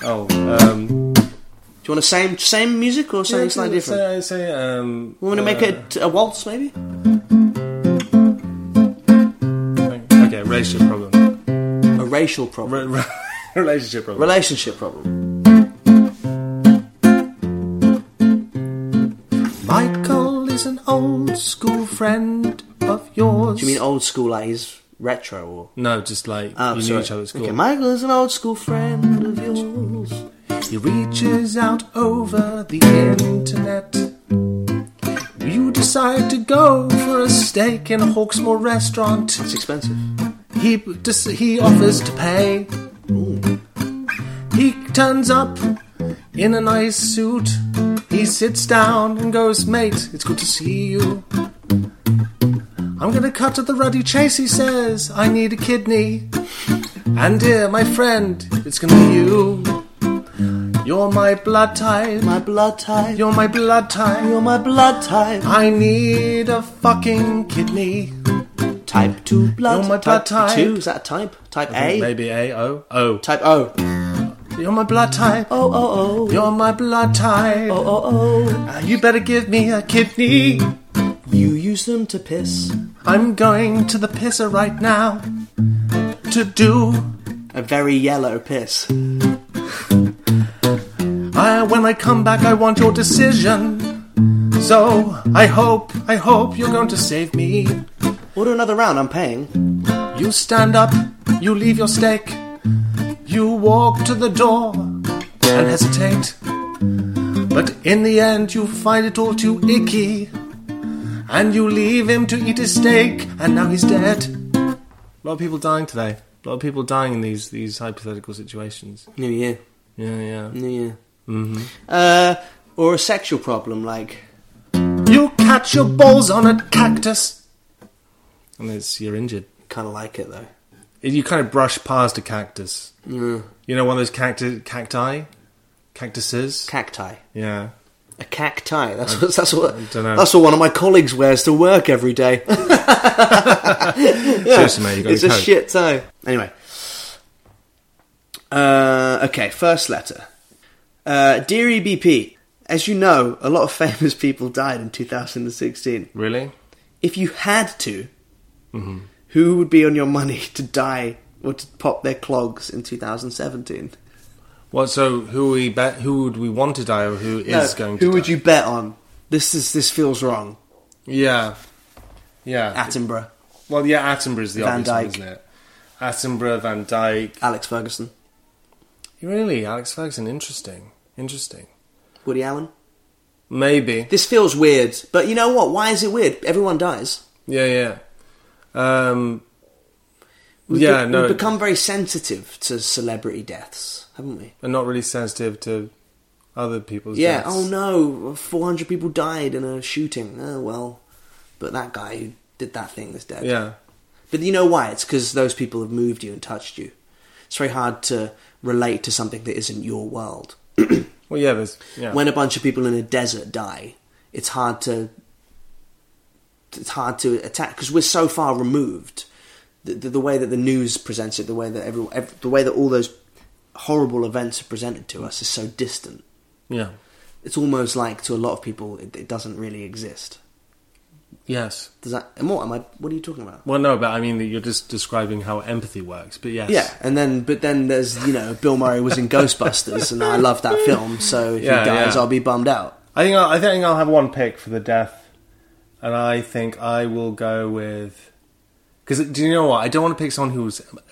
S1: Do
S2: Oh, um,
S1: you want the same same music or something slightly different?
S2: Say, say, um,
S1: we want to make
S2: uh,
S1: it a waltz, maybe?
S2: Okay, relationship problem.
S1: A racial problem.
S2: Re- *laughs* re- relationship problem.
S1: Relationship problem.
S2: Michael is an old school friend of yours.
S1: Do you mean old school, like he's retro or.
S2: No, just like
S1: Oh,
S2: you knew
S1: sorry.
S2: each other's cool.
S1: Okay, Michael is an old school friend of yours.
S2: He reaches out over the internet. You decide to go for a steak in a Hawksmoor restaurant.
S1: It's expensive.
S2: He dis- he offers to pay. He turns up in a nice suit. He sits down and goes, "Mate, it's good to see you." I'm gonna cut to the ruddy chase. He says, "I need a kidney." And dear, my friend, it's gonna be you. You're my blood type.
S1: My blood type.
S2: You're my blood type.
S1: You're my blood type.
S2: I need a fucking kidney.
S1: Type 2 blood.
S2: You're my blood type.
S1: 2? Is that a type? Type A?
S2: Maybe A O O.
S1: Type O. Oh,
S2: You're my blood type.
S1: oh, oh.
S2: You're my blood type.
S1: Oh, oh,
S2: Uh, You better give me a kidney.
S1: oh. You use them to piss.
S2: I'm going to the pisser right now to do.
S1: A very yellow piss.
S2: I, when I come back, I want your decision. So I hope, I hope you're going to save me.
S1: Order another round, I'm paying.
S2: You stand up, you leave your steak, you walk to the door and hesitate. But in the end, you find it all too icky, and you leave him to eat his steak, and now he's dead. A lot of people dying today. A lot of people dying in these these hypothetical situations.
S1: New year.
S2: Yeah, yeah.
S1: New year. Mm-hmm. Uh, or a sexual problem, like.
S2: You catch your balls on a cactus, and it's you're injured.
S1: Kind of like it though.
S2: You kind of brush past a cactus. You know, one of those cacti, cacti, cactuses.
S1: Cacti.
S2: Yeah.
S1: A cacti. That's what, that's what
S2: dunno.
S1: that's what one of my colleagues wears to work every day. *laughs*
S2: Seriously, mate, you got
S1: it's
S2: your
S1: a
S2: coat.
S1: shit time. Anyway. Uh, okay, first letter. Uh, Dear EBP, as you know, a lot of *laughs* famous people died in 2016.
S2: Really? Mm-hmm.
S1: If you had to, who *laughs* would be on your money to die or to pop their clogs in 2017?
S2: Well, so who we bet? Who would we want to die, or who is
S1: No,
S2: going to?
S1: who would
S2: die?
S1: you bet on? This is this feels wrong.
S2: Yeah, yeah.
S1: Attenborough,
S2: well, yeah, Attenborough's the
S1: Van
S2: obvious one,
S1: Dijk.
S2: isn't it? Attenborough, Van Dyke.
S1: Alex Ferguson,
S2: Really, Alex Ferguson. Interesting. Interesting.
S1: Woody Allen.
S2: Maybe.
S1: This feels weird, but you know what? Why is it weird? Everyone dies.
S2: Yeah, yeah. Um,
S1: We've
S2: yeah,
S1: be-
S2: no.
S1: We've become very sensitive to celebrity deaths, haven't we?
S2: and not really sensitive to other people's.
S1: Yeah.
S2: deaths.
S1: Oh no, four hundred people died in a shooting. Oh well, but that guy who did that thing is dead.
S2: Yeah.
S1: But you know why? It's because those people have moved you and touched you. It's very hard to relate to something that isn't your world. *clears throat*
S2: Well, yeah. There's yeah.
S1: When a bunch of people in a desert die, it's hard to it's hard to attack because we're so far removed. The, the, the way that the news presents it, the way that every, ev the way that all those horrible events are presented to us, is so distant.
S2: yeah.
S1: It's almost like to a lot of people, it, it doesn't really exist.
S2: Yes.
S1: Does that? Am I, am I? What are you talking about?
S2: Well, no, but I mean that you're just describing how empathy works. But yes.
S1: Yeah, and then but then there's you know Bill Murray was
S2: *laughs*
S1: in Ghostbusters, and I love that film. So if
S2: Yeah,
S1: he dies,
S2: yeah.
S1: I'll be bummed out.
S2: I think I'll, I think I'll have one pick for the death, and I think I will go with. Because do you know what? I don't want to pick someone who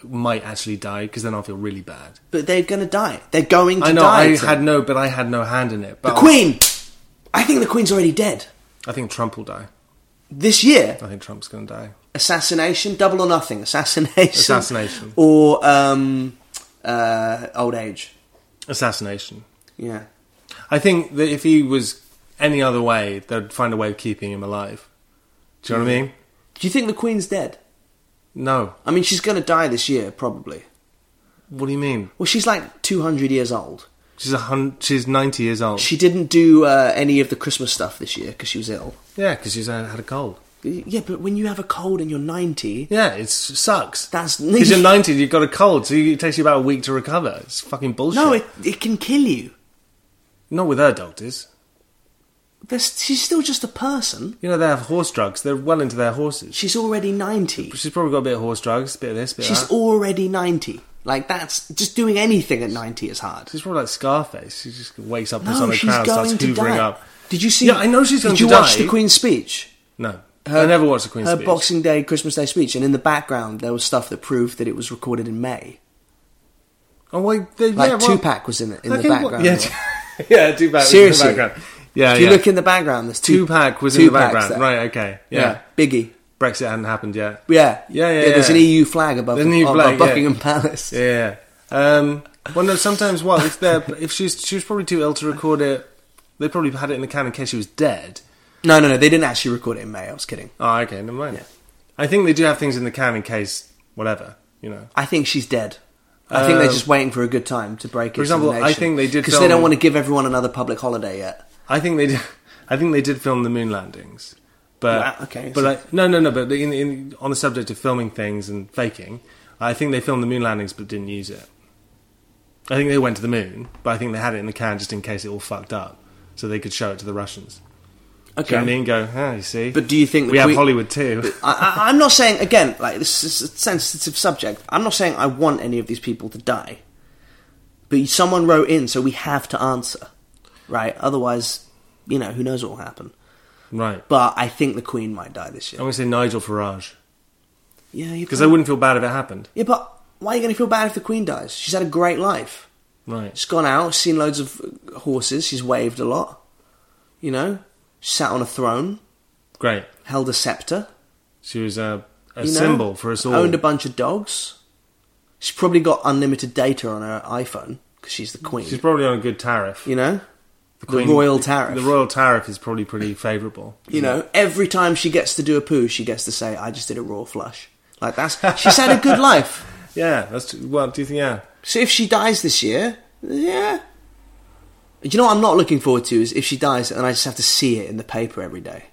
S2: might actually die because then I'll feel really bad.
S1: But they're gonna die. They're going to
S2: I know
S1: die.
S2: I
S1: Tim.
S2: had no, but I had no hand in it. But
S1: the Queen. I think the Queen's already dead.
S2: I think Trump will die.
S1: This year,
S2: I think Trump's going to die.
S1: assassination, double or nothing, assassination,
S2: Assassination.
S1: *laughs* or um, uh, old age.
S2: Assassination.
S1: Yeah,
S2: I think that if he was any other way, they'd find a way of keeping him alive. Do you
S1: Mm.
S2: know what I mean?
S1: do you think the Queen's dead?
S2: No.
S1: I mean, she's gonna die this year probably.
S2: What do you mean?
S1: Well, she's like two hundred years old.
S2: She's a hun- She's ninety years old.
S1: She didn't do uh, any of the Christmas stuff this year because she was ill.
S2: Yeah, because she's uh, had a cold.
S1: Yeah, but when you have a cold and you're 90,
S2: Yeah, it sucks.
S1: That's- *laughs*
S2: because you're 90, you've got a cold, so it takes you about a week to recover. It's fucking bullshit.
S1: no, it, it can kill you.
S2: not with her doctors.
S1: There's, she's still just a person.
S2: You know they have horse drugs. They're well into their horses.
S1: She's already 90.
S2: She's probably got a bit of horse drugs, bit of this, bit
S1: She's
S2: of that.
S1: already 90. Like, that's just doing anything at 90 is hard.
S2: She's probably like Scarface. She just wakes up in
S1: No,
S2: some
S1: she's
S2: crowd, starts
S1: going to
S2: hoovering
S1: die.
S2: up.
S1: Did you see?
S2: Yeah, I know she's going
S1: Did you
S2: to
S1: watch
S2: die.
S1: the Queen's speech?
S2: No, I never watched the Queen's
S1: her
S2: Speech.
S1: Boxing Day, Christmas Day speech, and in the background there was stuff that proved that it was recorded in May.
S2: Oh wait, they,
S1: Like
S2: yeah, well,
S1: Tupac was in it in the
S2: fucking what-
S1: background.
S2: Yeah, yeah, Tupac. was
S1: Seriously.
S2: in the background. *laughs* Yeah,
S1: if you
S2: yeah.
S1: look in the background, there's two,
S2: Tupac was in the
S1: Tupac's
S2: background.
S1: there.
S2: Right. Okay. Yeah.
S1: Biggie.
S2: Brexit hadn't happened yet.
S1: Yeah.
S2: Yeah, yeah,
S1: There's
S2: yeah.
S1: an EU flag above,
S2: There's an EU
S1: above
S2: flag, yeah.
S1: Buckingham Palace.
S2: Yeah. Um, well, no. Sometimes what if they if she's she was probably too ill to record it. They probably had it in the can in case she was dead.
S1: No, no, no. They didn't actually record it in May. I was kidding.
S2: Oh, okay, never mind.
S1: Yeah.
S2: I think they do have things in the can in case whatever. You know,
S1: I think she's dead. I think they're
S2: Um,
S1: just waiting for a good time to break.
S2: for example, I think they did
S1: because they don't
S2: film-
S1: want to give everyone another public holiday yet.
S2: I think they did. I think they did film the moon landings, but
S1: Wow, okay,
S2: But
S1: so-
S2: like, no, no, no. But in, in, on the subject of filming things and faking, I think they filmed the moon landings but didn't use it. I think they went to the moon, but I think they had it in the can just in case it all fucked up, so they could show it to the Russians. Do
S1: Okay,
S2: you know what I mean? Go, ah, you see.
S1: but do you think the
S2: we have
S1: Queen-
S2: Hollywood too?
S1: I, I, I'm not saying again. Like this is a sensitive subject. I'm not saying I want any of these people to die, but someone wrote in, so we have to answer, right? Otherwise, you know, who knows what will happen.
S2: *laughs* right.
S1: But I think the Queen might die this
S2: I'm
S1: year.
S2: going to say Nigel Farage
S1: Yeah, you
S2: Oh. because I wouldn't feel bad if it happened.
S1: Yeah, but why are you going to feel bad if the Queen dies? She's had a great life.
S2: Right.
S1: She's gone out, seen loads of uh, horses, she's waved a lot. You know, she sat on a throne,
S2: Great.
S1: held a scepter.
S2: She was a, a
S1: you know,
S2: symbol for us all.
S1: Owned a bunch of dogs. She's probably got unlimited data on her iPhone because she's the queen.
S2: She's probably on a good tariff.
S1: you know, the,
S2: Queen-
S1: royal tariff.
S2: The royal tariff is probably pretty favourable.
S1: you know, every time she gets to do a poo, she gets to say, "I just did a raw flush." Like that's she's had a good life.
S2: Yeah, that's well. Do you think? Yeah,
S1: So if she dies this year, yeah. Do you know what I'm not looking forward to is if she dies and I just have to see it in the paper every day,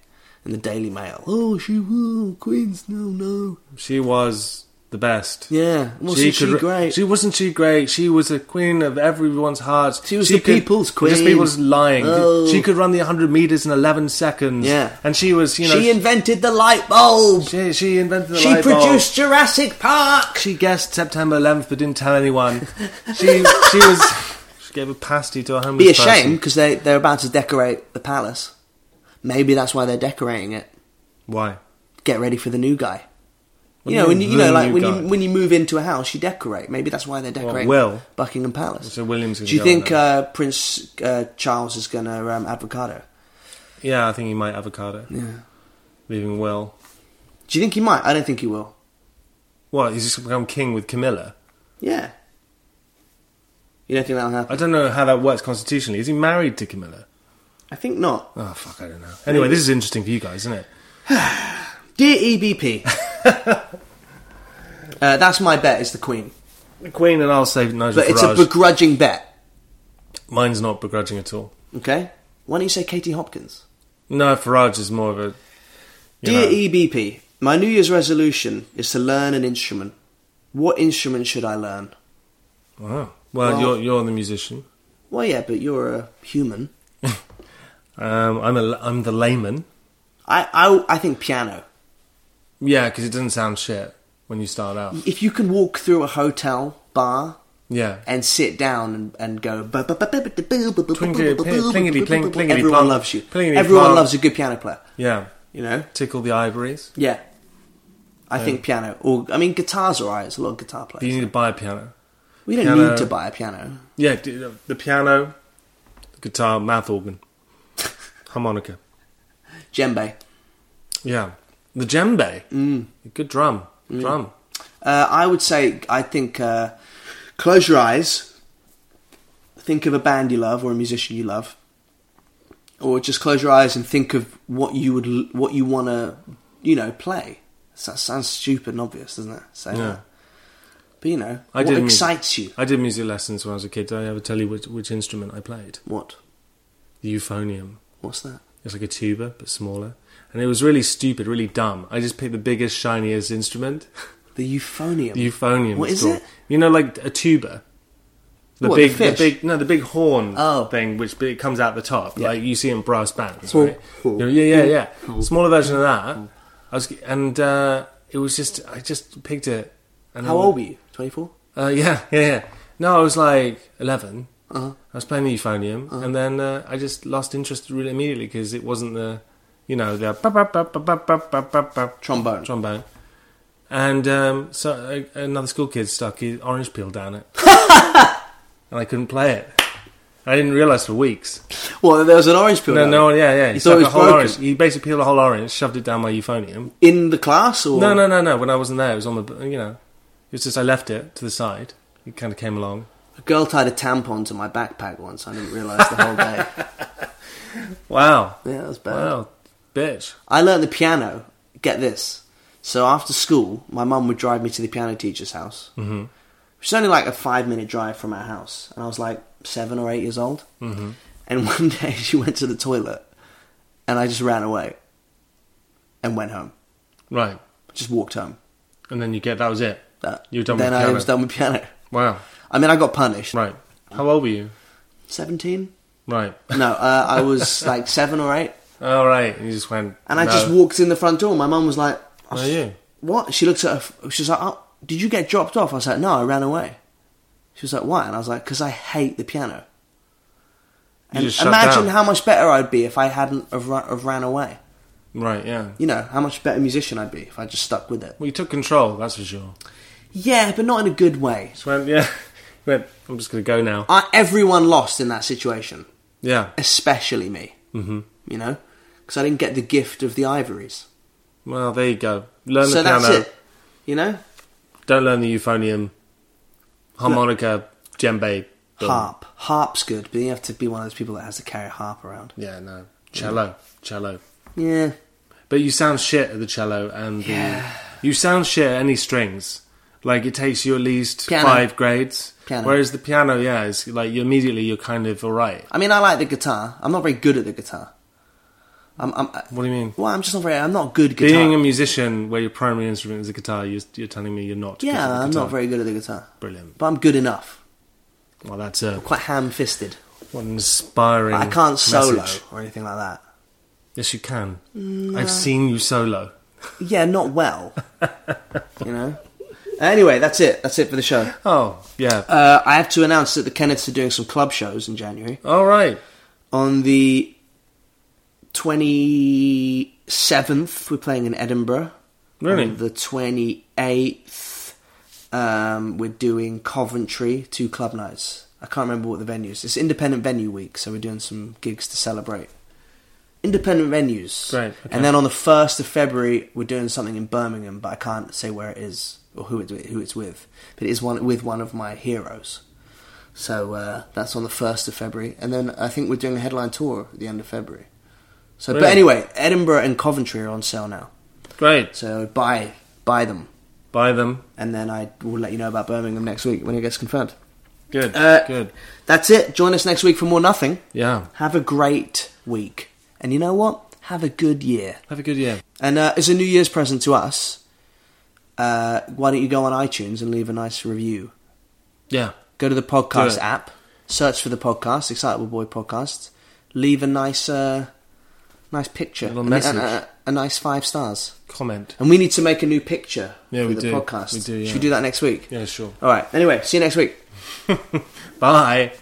S1: in the Daily Mail. Oh, she oh, Queens, no, no.
S2: she was the best.
S1: Yeah, wasn't she,
S2: could re-
S1: great?
S2: She wasn't she great. She was the queen of everyone's hearts.
S1: She was the people's
S2: Just
S1: queen.
S2: people's lying.
S1: Oh.
S2: She could run the 100 meters in 11 seconds.
S1: Yeah.
S2: and she was you know
S1: she invented the light bulb.
S2: she, she invented the
S1: She
S2: light bulb.
S1: produced Jurassic Park.
S2: She guessed September 11th but didn't tell anyone. she she was She gave a pasty to a homeless
S1: Be a
S2: person.
S1: shame because they they're about to decorate the palace. Maybe that's why they're decorating it.
S2: Why?
S1: Get ready for the new guy.
S2: What
S1: you
S2: do
S1: know, when
S2: mean,
S1: you, you know,
S2: the
S1: like
S2: new
S1: when
S2: guy?
S1: you when you move into a house, you decorate. Maybe that's why they're decorating
S2: well.
S1: Buckingham Palace.
S2: So William's gonna
S1: Do you
S2: go
S1: think
S2: in
S1: uh, Prince uh, Charles is going to um, avocado?
S2: Yeah, I think he might avocado. Yeah. Leaving Will.
S1: Do you think he might? I don't think he will.
S2: What? He's just gonna become king with Camilla.
S1: Yeah. You don't think that'll happen?
S2: I don't know how that works constitutionally. Is he married to Camilla?
S1: I think not.
S2: Oh fuck, I don't know. Anyway, this is interesting for you guys, isn't it?
S1: Dear
S2: *laughs*
S1: EBP, uh, that's my bet. Is the Queen,
S2: The Queen and I'll save Nigel
S1: but it's a
S2: Farage.
S1: begrudging bet.
S2: Mine's not begrudging at all.
S1: Okay. Why don't you say Katie Hopkins?
S2: No, Farage is more of a. you
S1: Dear E-
S2: know,
S1: EBP, my New Year's resolution is to learn an instrument. What instrument should I learn?
S2: wow. Oh. Well,
S1: Well-
S2: you're you're the musician.
S1: Well, yeah, but you're a human.
S2: Um, I'm a I'm the layman.
S1: I, I, I think piano.
S2: Yeah, because it doesn't sound shit when you start out.
S1: If you can walk through a hotel bar
S2: Yeah.
S1: and sit down and, and go
S2: plink, plink, plingity,
S1: everyone
S2: plonk.
S1: loves you.
S2: Plingity,
S1: Everyone
S2: plonk.
S1: loves a good piano player.
S2: Yeah.
S1: You know?
S2: Tickle the ivories.
S1: Yeah. I think piano. Or I mean, guitar's alright. It's a lot of guitar
S2: But you
S1: players.
S2: need to buy a piano.
S1: We don't
S2: piano-
S1: need to buy a piano.
S2: Yeah, d- uh, the, piano, the guitar, mouth organ, harmonica.
S1: Djembe.
S2: Yeah. The djembe. Mm. Good drum. Drum.
S1: Uh, I would say I think uh, close your eyes, think of a band you love or a musician you love, or just close your eyes and think of what you would l- what you want to you know play. So that sounds stupid and obvious, doesn't it? So,
S2: Yeah.
S1: but you know,
S2: I
S1: what
S2: did music-
S1: excites you?
S2: I did music lessons when I was a kid. Did I ever tell you which, which instrument I played?
S1: What?
S2: The euphonium.
S1: What's that?
S2: It's like a tuba, but smaller. And it was really stupid, really dumb. I just picked the biggest, shiniest instrument.
S1: The euphonium.
S2: The euphonium.
S1: What
S2: it's
S1: is
S2: called.
S1: it?
S2: You know, like a tuba. The
S1: What, the
S2: big,
S1: fish?
S2: big, no, the big horn
S1: Oh.
S2: thing, which it comes out the top,
S1: Yeah.
S2: like you see in brass bands,
S1: Oh.
S2: right? You know, yeah, yeah, yeah. Smaller version of that. I was, and uh, it was just, I just picked it. And
S1: How
S2: I-
S1: old were you? Twenty four.
S2: Uh, yeah, *laughs* yeah, yeah. No, I was like 11
S1: Uh-huh.
S2: I was playing the euphonium, and then uh, I just lost interest really immediately because it wasn't the, you know, the ba- ba- ba- ba- ba- ba- ba- ba- ba-
S1: Trombone.
S2: trombone. And um, so uh, another school kid stuck his orange peel
S1: *laughs*
S2: down it, and I couldn't play it. I didn't realize for weeks.
S1: well, there was an orange pill
S2: No,
S1: down
S2: no, yeah, yeah. He
S1: thought it
S2: stuck a
S1: was
S2: whole
S1: broken.
S2: orange. He basically peeled a whole orange, shoved it down my euphonium.
S1: in the class or
S2: No, no, no, no. When I wasn't there, it was on the, you know, it was just I left it to the side. It kind of came along.
S1: A girl tied a tampon to my backpack once. I didn't realise the whole
S2: *laughs*
S1: day.
S2: Wow.
S1: Yeah, that was bad.
S2: Wow, bitch.
S1: I learned the piano. Get this. So after school, my mum would drive me to the piano teacher's house, mm-hmm. which is only like a five minute drive from our house. And I was like seven or eight years old. Mm-hmm. And *laughs* one day she went to the toilet, and I just ran away and went home.
S2: Right.
S1: Just walked home.
S2: And then you get that was it.
S1: That,
S2: You were done with
S1: then I
S2: piano.
S1: was done with piano.
S2: Wow.
S1: I mean, I got punished.
S2: Right. How old were you?
S1: 17?
S2: Right.
S1: No, uh, I was like seven or eight.
S2: *laughs* All right. And you just went.
S1: And I
S2: *laughs* no.
S1: just walked in the front door. My mum was like,
S2: Oh, yeah.
S1: What? She looks at her. f- She's like, oh, Did you get dropped off? I was like, No, I ran away. She was like, Why? And I was like, Because I hate the piano. And
S2: just shut
S1: imagine
S2: down.
S1: how much better I'd be if I hadn't have run, have ran away.
S2: Right. Yeah.
S1: You know, how much better musician I'd be if I just stuck with it.
S2: Well, you took control. That's for sure.
S1: Yeah, but not in a good way.
S2: Just went. *laughs* Yeah. went. I'm just gonna go now.
S1: I, everyone lost in that situation,
S2: Yeah.
S1: especially me. Mm-hmm. You know? Because I didn't get the gift of the ivories.
S2: Well, there you go. Learn
S1: so
S2: the piano.
S1: that's it. You know?
S2: Don't learn the euphonium, harmonica, djembe, boom.
S1: Harp. Harp's good, but you have to be one of those people that has to carry a harp around.
S2: Yeah. No. Cello. Cello.
S1: Yeah.
S2: But you sound shit at the cello and the.
S1: Yeah.
S2: You sound shit at any strings. Like it takes you at least
S1: Piano.
S2: five grades.
S1: Piano.
S2: Whereas the piano, yeah, it's like you immediately you're kind of alright.
S1: I mean, I like the guitar. I'm not very good at the guitar. I'm, I'm, I-
S2: What do you mean?
S1: well, I'm just not very. I'm not good guitar.
S2: Being a musician where your primary instrument is a guitar, you're, you're telling me you're not. good at the
S1: yeah, I'm
S2: guitar.
S1: not very good at the guitar,
S2: Brilliant.
S1: but I'm good enough.
S2: Well, that's a
S1: Quite ham-fisted.
S2: what an inspiring.
S1: But I can't solo Mm,
S2: message.
S1: or anything like that.
S2: Yes, you can.
S1: uh,
S2: I've seen you solo.
S1: Yeah, not well. *laughs* you know, Anyway, that's it. That's it for the show.
S2: Oh, yeah.
S1: Uh, I have to announce that the Kenneths are doing some club shows in January.
S2: All right.
S1: On the 27th, we're playing in Edinburgh.
S2: Really?
S1: On the 28th, um, we're doing Coventry, two club nights. I can't remember what the venues. It's Independent Venue Week, so we're doing some gigs to celebrate. Independent venues.
S2: Great, okay.
S1: And then on the 1st of February, we're doing something in Birmingham, but I can't say where it is or who, it, who it's with. But it is one, with one of my heroes. So uh, that's on the 1st of February. And then I think we're doing a headline tour at the end of February. So, But
S2: Brilliant.
S1: anyway, Edinburgh and Coventry are on sale now.
S2: Great.
S1: So buy, buy them.
S2: Buy them.
S1: And then I will let you know about Birmingham next week when it gets confirmed.
S2: Good.
S1: Uh,
S2: Good.
S1: That's it. Join us next week for more nothing.
S2: Yeah.
S1: Have a great week. And you know what? Have a good year.
S2: Have a good year.
S1: And uh, as a New Year's present to us, uh, why don't you go on iTunes and leave a nice review?
S2: Yeah.
S1: Go to the podcast
S2: Do it.
S1: app, search for the podcast, Excitable Boy Podcast, leave a nice, uh, nice picture,
S2: Little
S1: a,
S2: message.
S1: A, a- uh, a nice five stars.
S2: Comment.
S1: And we need to make a new picture
S2: Yeah,
S1: for
S2: we
S1: the
S2: do.
S1: podcast.
S2: We do, yeah.
S1: Should we do that next week?
S2: Yeah, sure.
S1: All right. Anyway, see you next week.
S2: *laughs* Bye.